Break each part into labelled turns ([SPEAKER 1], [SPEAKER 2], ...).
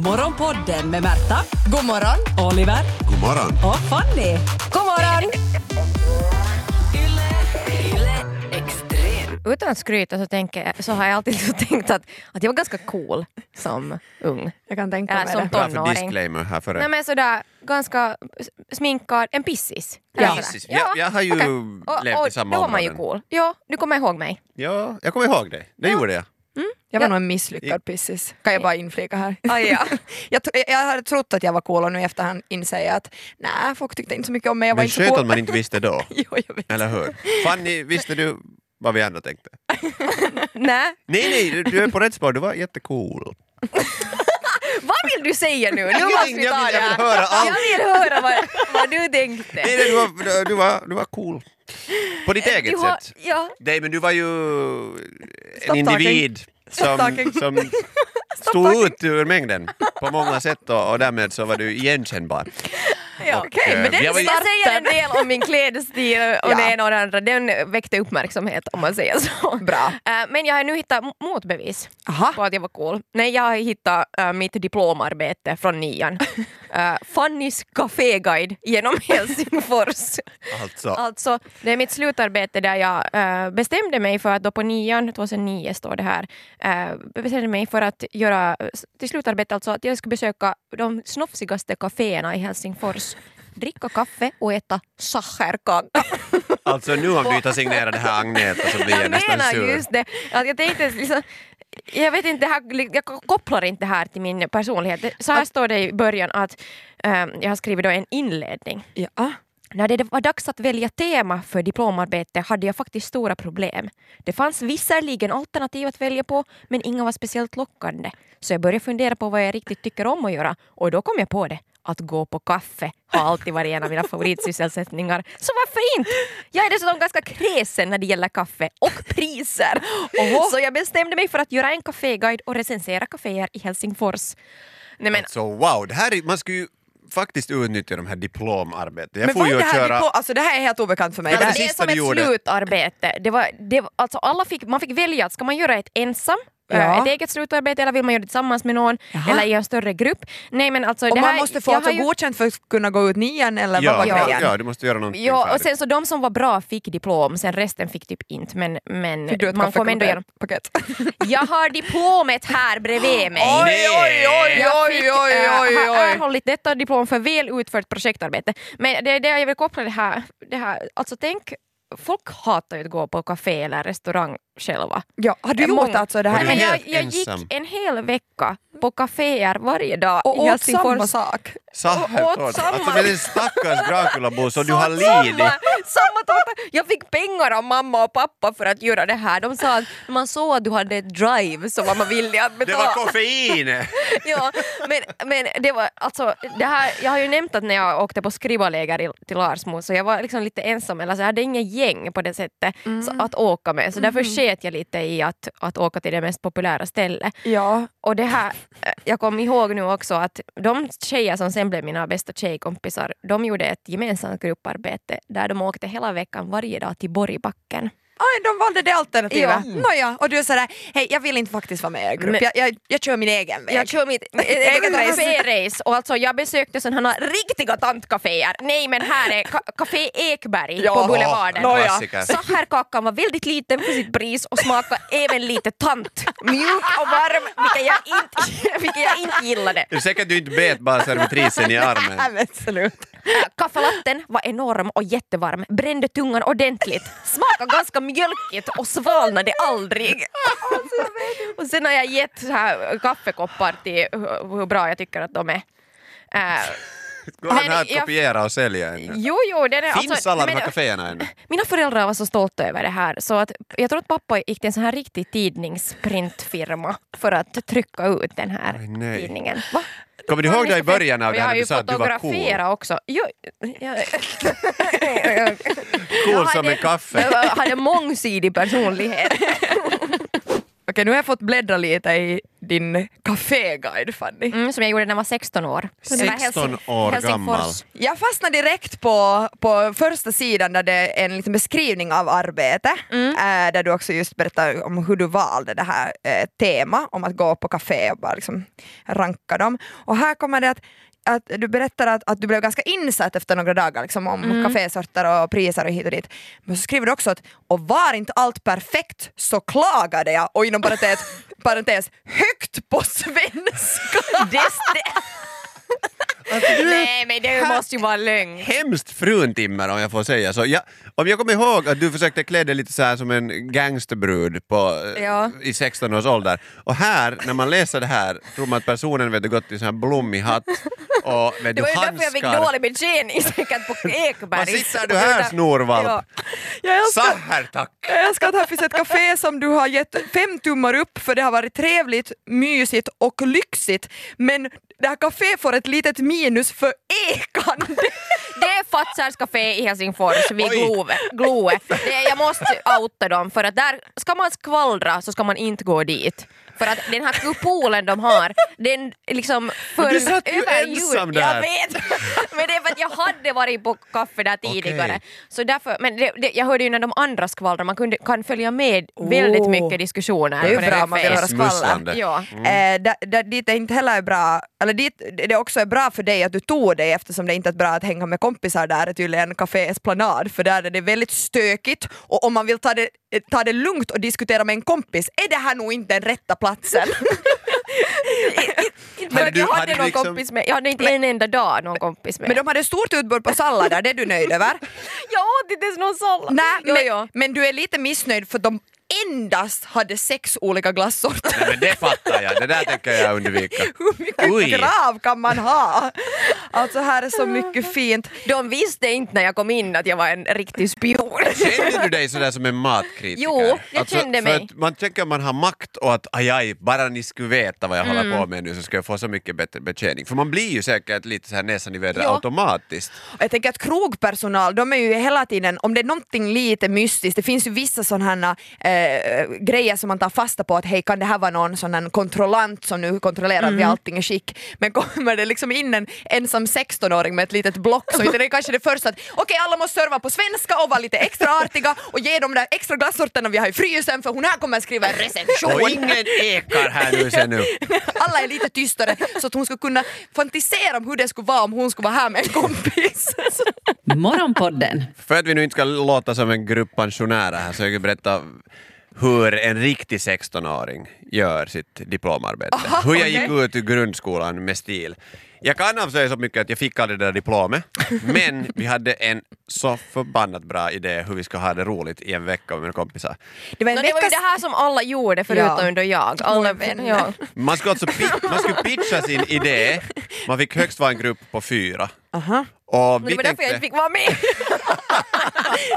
[SPEAKER 1] Morgonpodden med Märta,
[SPEAKER 2] God morgon!
[SPEAKER 1] Oliver
[SPEAKER 3] God morgon.
[SPEAKER 1] och Fanny.
[SPEAKER 2] God morgon! Utan att skryta så, tänker jag, så har jag alltid så tänkt att, att jag var ganska cool som ung.
[SPEAKER 4] Jag kan tänka
[SPEAKER 2] Eller
[SPEAKER 4] mig
[SPEAKER 2] som
[SPEAKER 4] det.
[SPEAKER 3] Bra för
[SPEAKER 2] tonåring.
[SPEAKER 3] disclaimer här före.
[SPEAKER 2] Nej men sådär, ganska s- sminkad, en pissis.
[SPEAKER 3] Ja.
[SPEAKER 2] Eller
[SPEAKER 3] Pissis.
[SPEAKER 2] sådär.
[SPEAKER 3] Jag- jag har ju
[SPEAKER 2] okej.
[SPEAKER 3] levt i
[SPEAKER 2] och,
[SPEAKER 3] samma
[SPEAKER 2] Då var man ju
[SPEAKER 3] områden.
[SPEAKER 2] cool. Ja, du kommer ihåg mig.
[SPEAKER 3] Ja, jag kommer ihåg det. Det gjorde jag.
[SPEAKER 4] Jag var
[SPEAKER 2] Ja.
[SPEAKER 4] nog en misslyckad pissis, kan jag bara inflika här.
[SPEAKER 2] Aj, Ah, ja.
[SPEAKER 4] jag, tro, jag hade trott att jag var cool och nu i efterhand inser jag att nej, folk tyckte inte så mycket om mig, jag var
[SPEAKER 3] Men
[SPEAKER 4] inte så
[SPEAKER 3] skönt
[SPEAKER 4] cool.
[SPEAKER 3] att man inte visste då.
[SPEAKER 4] jo, jag vet.
[SPEAKER 3] Eller hur? Fanny, visste du vad vi andra tänkte?
[SPEAKER 2] Nej.
[SPEAKER 3] Nej, nej, du- du är på rätt spår. Du var jättecool.
[SPEAKER 2] Vad vill du säga nu? Nu
[SPEAKER 3] Ingenting,
[SPEAKER 2] måste vi
[SPEAKER 3] jag
[SPEAKER 2] ta
[SPEAKER 3] vill-
[SPEAKER 2] det
[SPEAKER 3] jag vill
[SPEAKER 2] här.
[SPEAKER 3] höra allt.
[SPEAKER 2] Jag vill höra vad, vad du tänkte.
[SPEAKER 3] Nej, nej du, var, du, var, du var cool. På ditt
[SPEAKER 2] Du
[SPEAKER 3] eget
[SPEAKER 2] har-
[SPEAKER 3] sätt.
[SPEAKER 2] Ja,
[SPEAKER 3] Nej, men du var ju en
[SPEAKER 4] Stop
[SPEAKER 3] individ som,
[SPEAKER 4] talking.
[SPEAKER 3] som stod ut ur mängden på många sätt och, och därmed så var du igenkännbar.
[SPEAKER 2] Ja,
[SPEAKER 3] Och,
[SPEAKER 2] okej,
[SPEAKER 3] eh,
[SPEAKER 2] men den
[SPEAKER 3] jag var ju-
[SPEAKER 2] jag säger en del om min klädstil och
[SPEAKER 4] Ja.
[SPEAKER 2] det ena och det andra. Den väckte uppmärksamhet om man säger så.
[SPEAKER 4] Bra.
[SPEAKER 2] Eh, Men jag har nu hittat m- motbevis
[SPEAKER 4] Aha.
[SPEAKER 2] på att jag var cool. Nej, jag har hittat eh, mitt diplomarbete från nian. Eh, Fannys kaféguide genom Helsingfors.
[SPEAKER 3] Alltså,
[SPEAKER 2] Alltså, det är mitt slutarbete där jag eh, bestämde mig för att då på nian, 2009 står det här, eh, bestämde mig för att göra till slutarbete alltså att jag skulle besöka de snofsigaste kaféerna i Helsingfors, dricka kaffe och äta sacherkaka.
[SPEAKER 3] alltså nu om du inte har signerat det här Agneta så blir jag
[SPEAKER 2] Jag
[SPEAKER 3] Alltså, nästan
[SPEAKER 2] menar
[SPEAKER 3] sur.
[SPEAKER 2] just det, att jag tänkte liksom jag vet inte, det här, jag kopplar inte det här till min personlighet. Det- Så här står det i början att ehm, jag har skrivit då en inledning.
[SPEAKER 4] Ja.
[SPEAKER 2] När det var dags att välja tema för diplomarbete hade jag faktiskt stora problem. Det fanns visserligen alternativ att välja på, men inga var speciellt lockande. Så jag började fundera på vad jag riktigt tycker om att göra och då kom jag på det. Att gå på kaffe har alltid varit en av mina favoritsysselsättningar. Så varför inte? Jag är dessutom ganska kräsen när det gäller kaffe och priser. Så jag bestämde mig för att göra en kaféguide och recensera kaféer i Helsingfors. Nej men,
[SPEAKER 3] Alltså wow, det här är, man ska ju faktiskt utnyttja de här diplomarbeten. Jag
[SPEAKER 4] Men
[SPEAKER 3] får
[SPEAKER 4] vad är
[SPEAKER 3] ju
[SPEAKER 4] det
[SPEAKER 3] att
[SPEAKER 4] här?
[SPEAKER 3] köra...
[SPEAKER 4] Köra... Alltså, det här är helt obekant för mig.
[SPEAKER 3] Ja,
[SPEAKER 4] Det här-
[SPEAKER 2] Alltså, det är
[SPEAKER 3] sista
[SPEAKER 2] som
[SPEAKER 3] du
[SPEAKER 2] ett
[SPEAKER 3] gjorde.
[SPEAKER 2] slutarbete. Det var, det, var- alltså, alla fick, man fick välja, att ska man göra ett ensam,
[SPEAKER 4] Ja.
[SPEAKER 2] eh, ett eget slutarbete eller vill man göra det tillsammans med någon
[SPEAKER 4] Jaha.
[SPEAKER 2] eller i en större grupp? Nej, men alltså,
[SPEAKER 4] Och
[SPEAKER 2] det
[SPEAKER 4] man
[SPEAKER 2] här-
[SPEAKER 4] måste få
[SPEAKER 2] jag
[SPEAKER 4] alltså
[SPEAKER 2] har ju-
[SPEAKER 4] godkänt för att kunna gå ut nian eller vad
[SPEAKER 3] Ja,
[SPEAKER 4] var
[SPEAKER 2] Ja.
[SPEAKER 4] grejen?
[SPEAKER 3] ja, du måste göra någonting
[SPEAKER 2] Ja, och
[SPEAKER 3] färdigt.
[SPEAKER 2] sen så de som var bra fick diplom, sen resten fick typ inte. Men, men
[SPEAKER 4] Fick du ett
[SPEAKER 2] man får ändå göra...
[SPEAKER 4] kaffekoppet- paket?
[SPEAKER 2] Jag har diplomet här bredvid mig.
[SPEAKER 4] Oj, oj, oj,
[SPEAKER 2] Jag
[SPEAKER 4] oj,
[SPEAKER 2] fick,
[SPEAKER 4] oj,
[SPEAKER 2] eh,
[SPEAKER 4] oj,
[SPEAKER 2] har
[SPEAKER 4] oj.
[SPEAKER 2] erhållit detta diplom för väl utfört projektarbete. Men det är det jag vill koppla det här, det här. Alltså tänk, folk hatar ju att gå på café eller restaurang själva.
[SPEAKER 4] Ja, har du
[SPEAKER 2] Eh,
[SPEAKER 4] gjort
[SPEAKER 2] många-
[SPEAKER 4] alltså det
[SPEAKER 3] Har
[SPEAKER 4] här?
[SPEAKER 3] du
[SPEAKER 2] Nej, men jag,
[SPEAKER 3] helt
[SPEAKER 2] jag gick
[SPEAKER 3] ensam?
[SPEAKER 2] en hel vecka på kaféer varje dag
[SPEAKER 4] och
[SPEAKER 2] i
[SPEAKER 4] åt
[SPEAKER 2] Helsingfors.
[SPEAKER 4] samma sak?
[SPEAKER 3] Saher,
[SPEAKER 2] åt
[SPEAKER 3] tårta.
[SPEAKER 2] samma-
[SPEAKER 3] Alltså med din stackars Draculabo som du
[SPEAKER 2] Så
[SPEAKER 3] har
[SPEAKER 2] Samma,
[SPEAKER 3] lidit.
[SPEAKER 2] samma tårta. Jag fick pengar av mamma och pappa för att göra det här. De sa att när man såg att du hade ett drive så var man villig att
[SPEAKER 3] Det
[SPEAKER 2] betala.
[SPEAKER 3] var koffein!
[SPEAKER 2] ja, men, men det var alltså, det här, jag har ju nämnt att när jag åkte på skrivarläger i- till Larsmo så jag var liksom lite ensam, eller så jag hade inget gäng på det sättet så, att åka med, så därför sket jag lite i att, att åka till det mest populära stället.
[SPEAKER 4] Ja.
[SPEAKER 2] Och det här, eh, jag kom ihåg nu också att de tjejer som sen blev mina bästa tjejkompisar, de gjorde ett gemensamt grupparbete där de åkte hela veckan varje dag till Borgbacken.
[SPEAKER 4] Aj, de valde det alternativet.
[SPEAKER 2] Ja.
[SPEAKER 4] Nåja, och du är sådär, hej jag vill inte faktiskt vara med i er grupp,
[SPEAKER 2] Men-
[SPEAKER 4] jag, jag, jag kör min egen väg.
[SPEAKER 2] Jag kör mitt eget
[SPEAKER 4] Eget race.
[SPEAKER 2] café-race och alltså jag besökte sådana här riktiga tantcaféer. Nej men här är ka- Café Ekberg
[SPEAKER 4] Ja.
[SPEAKER 2] på Boulevarden.
[SPEAKER 4] Nåja.
[SPEAKER 3] Klassiker.
[SPEAKER 2] Sacherkakan var väldigt liten för sitt pris och smakade även lite tant. Mjuk och varm, vilket jag inte, vilket jag inte gillade.
[SPEAKER 3] Det är säkert du inte bet bara servitrisen i armen.
[SPEAKER 4] Nej, absolut.
[SPEAKER 2] Kaffelatten var enorm och jättevarm, brände tungan ordentligt, smakade ganska mjölkigt och svalnade aldrig. Och sen har jag gett så här kaffekoppar till hur, hur bra jag tycker att de är. Eh,
[SPEAKER 3] Går han
[SPEAKER 2] Men
[SPEAKER 3] här att
[SPEAKER 2] jag-
[SPEAKER 3] kopiera och sälja ännu?
[SPEAKER 2] jo, jo, den är, Alltså,
[SPEAKER 3] Finns alla de
[SPEAKER 2] men-
[SPEAKER 3] här kaféerna ännu?
[SPEAKER 2] Mina föräldrar var så stolta över det här så att jag tror att pappa gick till en sån här riktig tidningsprintfirma för att trycka ut den här
[SPEAKER 3] Oj, nej.
[SPEAKER 2] tidningen. Va?
[SPEAKER 3] Kommer du ihåg det i början av
[SPEAKER 2] Och
[SPEAKER 3] det
[SPEAKER 2] jag
[SPEAKER 3] här
[SPEAKER 2] har
[SPEAKER 3] när
[SPEAKER 2] ju
[SPEAKER 3] du sa att du var cool?
[SPEAKER 2] fotograferat också. Jo, jag,
[SPEAKER 3] Cool
[SPEAKER 2] Jag
[SPEAKER 3] som
[SPEAKER 2] hade-
[SPEAKER 3] en kaffe.
[SPEAKER 2] Jag hade mångsidig personlighet.
[SPEAKER 4] Okej, nu har jag fått bläddra lite i din kaféguide Fanny.
[SPEAKER 2] Mm, som jag gjorde när jag var 16 år. Det var
[SPEAKER 3] 16 år
[SPEAKER 2] Helsingfors.
[SPEAKER 3] gammal.
[SPEAKER 4] Jag fastnade direkt på, på första sidan där det är en liten beskrivning av arbetet. eh, där du också just berättar om hur du valde det här eh, tema om att gå på café och bara liksom ranka dem. Och här kommer det att att du berättar att, att du blev ganska insatt efter några dagar liksom, om kafésorter och priser och hit och dit. Men så skriver du också att och var inte allt perfekt så klagade jag och inom parentes, parentes högt på svenska.
[SPEAKER 3] Alltså, du är
[SPEAKER 2] Nej men det måste ju vara lögn.
[SPEAKER 3] hemskt fruntimmer om jag får säga så. Jag, om jag kommer ihåg att du försökte klä dig lite så här som en gangsterbrud på, eh,
[SPEAKER 2] Ja.
[SPEAKER 3] i 16 års ålder. Och här, när man läser det här, tror man att personen vet du, gått i sån här blommig hatt och vet
[SPEAKER 2] Det
[SPEAKER 3] du,
[SPEAKER 2] var ju därför jag fick
[SPEAKER 3] handskar.
[SPEAKER 2] dålig betjäning säkert på
[SPEAKER 3] Vad
[SPEAKER 2] Ekbergs.
[SPEAKER 3] sitter du här snorvalp?
[SPEAKER 2] Ja.
[SPEAKER 4] Jag
[SPEAKER 3] Så
[SPEAKER 4] älskar
[SPEAKER 3] här tack!
[SPEAKER 4] Jag älskar att här finns ett café som du har gett fem tummar upp för det har varit trevligt, mysigt och lyxigt. Men det här café får ett litet minus för ekande.
[SPEAKER 2] Det är Fatsars café i Helsingfors vid
[SPEAKER 3] Oj.
[SPEAKER 2] Gloe. Gloe. Det är, jag måste outa dem för att där ska man skvallra så ska man inte gå dit. För att den här kupolen de har, den liksom
[SPEAKER 3] Men du
[SPEAKER 2] föll
[SPEAKER 3] satt ju
[SPEAKER 2] över jul.
[SPEAKER 3] ensam där.
[SPEAKER 2] Jag vet! Men det är för att jag hade varit på kaffe där tidigare.
[SPEAKER 3] Okej.
[SPEAKER 2] Så därför, men det, det, jag hörde ju när de andra skvallrar, man kunde, kan följa med väldigt
[SPEAKER 4] Oh.
[SPEAKER 2] mycket diskussioner.
[SPEAKER 4] Det är ju
[SPEAKER 2] på
[SPEAKER 4] bra
[SPEAKER 2] där
[SPEAKER 4] om man vill
[SPEAKER 2] fest.
[SPEAKER 4] höra skvaller.
[SPEAKER 3] Smusslande.
[SPEAKER 2] Ja.
[SPEAKER 4] Eh, där, där, dit det inte heller är bra, eller dit det också är bra för dig att du tog dig eftersom det inte är bra att hänga med kompisar där är tydligen Café Esplanad för där är det väldigt stökigt och om man vill ta det, eh, ta det lugnt och diskutera med en kompis är det här nog inte den rätta platsen.
[SPEAKER 3] Hade
[SPEAKER 2] Inte för att jag
[SPEAKER 3] du-
[SPEAKER 2] hade
[SPEAKER 3] hade du
[SPEAKER 2] någon
[SPEAKER 3] liksom-
[SPEAKER 2] kompis med, jag hade inte en enda dag någon kompis med.
[SPEAKER 4] Men de hade stort utbud på sallader, det är du nöjd över?
[SPEAKER 2] Jag åt inte ens någon sallad.
[SPEAKER 4] Nej,
[SPEAKER 2] jo,
[SPEAKER 4] men,
[SPEAKER 2] jo.
[SPEAKER 4] men du är lite missnöjd för de endast hade sex olika glassorter.
[SPEAKER 3] Nej men det fattar jag, det där tänker jag undvika.
[SPEAKER 4] Hur mycket
[SPEAKER 3] Oj.
[SPEAKER 4] grav kan man ha? Alltså här är så mycket fint.
[SPEAKER 2] De visste inte när jag kom in att jag var en riktig spion.
[SPEAKER 3] Kände du dig sådär som en matkritiker? Alltså,
[SPEAKER 2] Jo, jag kände
[SPEAKER 3] för
[SPEAKER 2] mig.
[SPEAKER 3] Att man tänker att man har makt och att aj, aj bara ni skulle veta vad jag
[SPEAKER 2] Mm.
[SPEAKER 3] håller på med nu så skulle jag få så mycket bättre betjäning. För man blir ju säkert lite så här näsan i vädret
[SPEAKER 2] Ja.
[SPEAKER 3] automatiskt.
[SPEAKER 4] Och Jag tänker att krogpersonal, de är ju hela tiden, om det är någonting lite mystiskt, det finns ju vissa sådana eh, grejer som man tar fasta på att hej kan det här vara någon sån här kontrollant som nu kontrollerar att vi allting är skick. Men kommer det liksom in en ensam 16-åring med ett litet block så är det kanske det första att okej alla måste serva på svenska och vara lite extra artiga och ge de där extra glassorterna vi har i frysen för hon här kommer att skriva en recension.
[SPEAKER 3] Och ingen ekar här nu sen nu.
[SPEAKER 4] Alla är lite tystare så att hon skulle kunna fantisera om hur det skulle vara om hon skulle vara här med en kompis.
[SPEAKER 1] Morgonpodden
[SPEAKER 3] För att vi nu inte ska låta som en grupp pensionärer här så jag kan berätta hur en riktig 16-åring gör sitt diplomarbete. hur jag gick ut ur grundskolan med stil. Jag kan avslöja så mycket att jag fick aldrig det där diplomet, men vi hade en så förbannat bra idé hur vi ska ha det roligt i en vecka med mina kompisar.
[SPEAKER 4] Det var en
[SPEAKER 2] No, det var ju det här som alla gjorde förutom
[SPEAKER 4] Ja. Mm,
[SPEAKER 2] då jag. Alla
[SPEAKER 4] Våra vänner.
[SPEAKER 2] Ja.
[SPEAKER 3] Man skulle alltså pi- man skulle pitcha sin idé, man fick högst vara en grupp på fyra.
[SPEAKER 4] Aha.
[SPEAKER 3] Och
[SPEAKER 2] Men
[SPEAKER 3] vi
[SPEAKER 2] det var därför jag
[SPEAKER 3] tänkte,
[SPEAKER 2] inte fick vara med.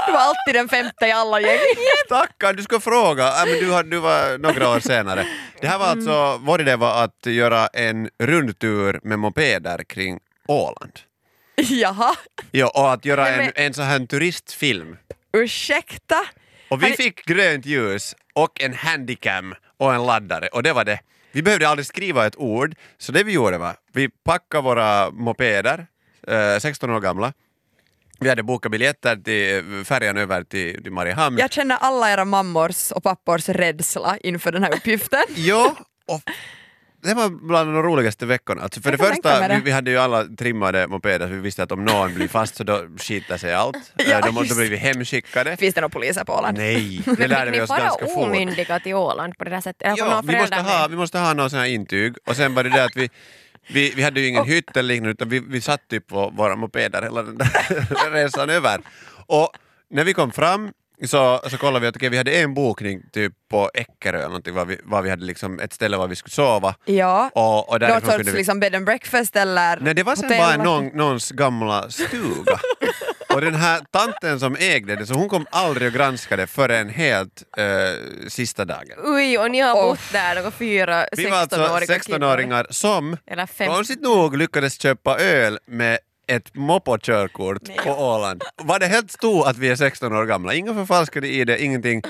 [SPEAKER 4] Du var alltid den femte i alla gäng.
[SPEAKER 3] Stackarn, du ska fråga. Äh, men du, har, du var några år senare. Det här var alltså, vår idé var att göra en rundtur med mopeder kring Åland.
[SPEAKER 4] Jaha,
[SPEAKER 3] Ja, och att göra
[SPEAKER 2] Nej,
[SPEAKER 3] en, en sån här turistfilm.
[SPEAKER 4] ursäkta.
[SPEAKER 3] Och vi fick grönt ljus och en handicam och en laddare och det var det. Vi behövde aldrig skriva ett ord, så det vi gjorde var vi packade våra mopeder, eh, 16 år gamla, vi hade bokat biljetter till färjan över till, till Mariehamn.
[SPEAKER 4] Jag känner alla era mammors och pappors rädsla inför den här uppgiften.
[SPEAKER 3] Ja, och det var bland de roligaste veckorna. Alltså för det
[SPEAKER 4] Jag kan
[SPEAKER 3] första,
[SPEAKER 4] tänka mig det.
[SPEAKER 3] vi, vi hade ju alla trimmade mopeder så vi visste att om någon blir fast så då skiter sig allt.
[SPEAKER 4] Ja,
[SPEAKER 3] Eh, då, må- då
[SPEAKER 4] just.
[SPEAKER 3] blir vi hemskickade.
[SPEAKER 4] Finns det några poliser på Åland?
[SPEAKER 3] Nej, det lärde vi
[SPEAKER 2] Ni
[SPEAKER 3] oss
[SPEAKER 2] bara
[SPEAKER 3] ganska fort.
[SPEAKER 2] omyndiga till Åland på det där sättet. Eller får
[SPEAKER 3] Ja,
[SPEAKER 2] någon
[SPEAKER 3] vi måste,
[SPEAKER 2] förälder
[SPEAKER 3] ha,
[SPEAKER 2] med?
[SPEAKER 3] vi måste ha någon sån här intyg och sen var det det att vi vi, vi hade ju ingen hytt eller liknande utan vi, vi satt typ på våra mopeder hela den där resan över. Och när vi kom fram så, så kollade vi att okej, vi hade en bokning typ på Eckerö eller någonting, var vi, var vi hade liksom ett ställe var vi skulle sova.
[SPEAKER 4] Ja,
[SPEAKER 3] Och, och därifrån
[SPEAKER 4] någon sorts
[SPEAKER 3] kunde vi...
[SPEAKER 4] liksom bed and breakfast eller
[SPEAKER 3] Nej, det var sen
[SPEAKER 4] hotell?
[SPEAKER 3] bara någon, någons gamla stuga. och den här tanten som ägde det, så hon kom aldrig och granskade förrän helt eh, sista dagen.
[SPEAKER 2] Oj, och ni har
[SPEAKER 4] Åh.
[SPEAKER 2] bott där några fyra 16-åriga
[SPEAKER 3] Vi var alltså
[SPEAKER 2] killar.
[SPEAKER 3] 16-åringar som
[SPEAKER 2] Eller fem.
[SPEAKER 3] konstigt nog lyckades köpa öl med ett mopokörkort på Åland. Var det helt stort att vi är 16 år gamla? Inga förfalskade i det, ingenting.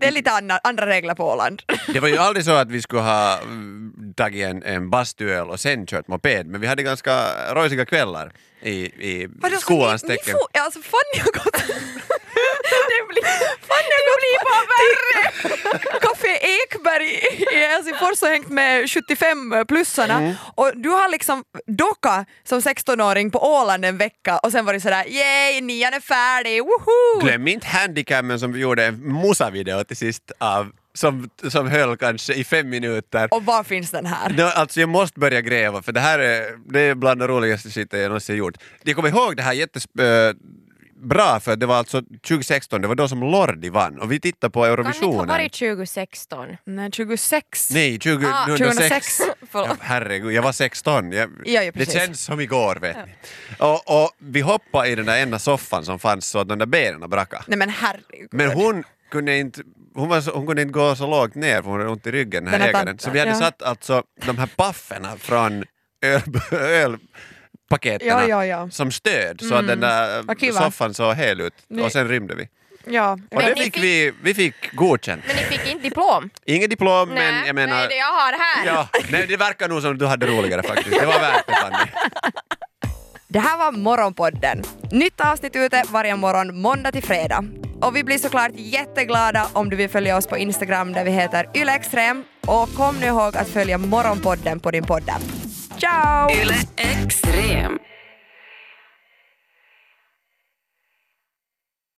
[SPEAKER 4] det är lite andra, andra regler på Åland.
[SPEAKER 3] Det var ju aldrig så att vi skulle ha mm, tagit en, en bastuöl och sen kört moped, men vi hade ganska rojsiga kvällar i, i
[SPEAKER 4] Vadå, så
[SPEAKER 3] skolans
[SPEAKER 4] ni, ni
[SPEAKER 3] tecken.
[SPEAKER 4] får- Alltså Fanny har gått... det blir, Fanny har gått på- till Café Ekberg i- i Helsingfors och hängt med 75-plussarna och du har liksom docka som 16-åring på Åland en vecka och sen var det sådär yay, nian är färdig, woho!
[SPEAKER 3] Glöm inte handicamen som vi gjorde en musavideo till sist av, som, som höll kanske i fem minuter.
[SPEAKER 4] Och var finns den här?
[SPEAKER 3] Nå, alltså jag måste börja gräva för det här är, det är bland det roligaste skiten jag någonsin gjort. Jag kommer ihåg det här jättebra för det var alltså 2016, det var då som Lordi vann och vi tittade på
[SPEAKER 2] Kan det inte ha
[SPEAKER 3] Eurovisionen.
[SPEAKER 2] varit 2016?
[SPEAKER 4] Nej, 26.
[SPEAKER 3] Nej, 20,
[SPEAKER 4] Ah,
[SPEAKER 3] 2006.
[SPEAKER 4] 2006.
[SPEAKER 3] ja,
[SPEAKER 4] Förlåt.
[SPEAKER 3] herregud, jag var 16. Jag,
[SPEAKER 4] Ja, ja,
[SPEAKER 3] det
[SPEAKER 4] precis.
[SPEAKER 3] känns som igår vet ni. Och, och vi hoppade i den där ena soffan som fanns så att de där benen brakade.
[SPEAKER 4] Nej men herregud.
[SPEAKER 3] Men hon kunde inte, hon, var så, hon kunde inte gå så lågt ner för hon hade ont i ryggen den här
[SPEAKER 4] Den här
[SPEAKER 3] ägaren.
[SPEAKER 4] tanten,
[SPEAKER 3] Så vi hade
[SPEAKER 4] ja.
[SPEAKER 3] satt alltså de här pafferna från öl, ölpaketerna
[SPEAKER 4] Ja, ja, ja.
[SPEAKER 3] som stöd så att den där
[SPEAKER 4] Vad kul, va?
[SPEAKER 3] soffan såg hel ut
[SPEAKER 4] Ni-
[SPEAKER 3] och sen rymde vi.
[SPEAKER 4] Ja.
[SPEAKER 3] Och
[SPEAKER 2] Men
[SPEAKER 3] det
[SPEAKER 2] ni
[SPEAKER 3] fick
[SPEAKER 2] fick-
[SPEAKER 3] vi, vi fick godkänt.
[SPEAKER 2] Men ni fick inte diplom?
[SPEAKER 3] Inget diplom men
[SPEAKER 2] nej,
[SPEAKER 3] jag menar...
[SPEAKER 2] nej, det jag har här.
[SPEAKER 3] Ja, nej, det verkar nog som du hade roligare faktiskt. Det var värt det Fanny.
[SPEAKER 4] Det här var Morgonpodden. Nytt avsnitt ute varje morgon måndag till fredag. Och vi blir såklart jätteglada om du vill följa oss på Instagram där vi heter ylextrem. Och kom nu ihåg att följa Morgonpodden på din poddapp. Ciao!
[SPEAKER 5] Yle Extrem.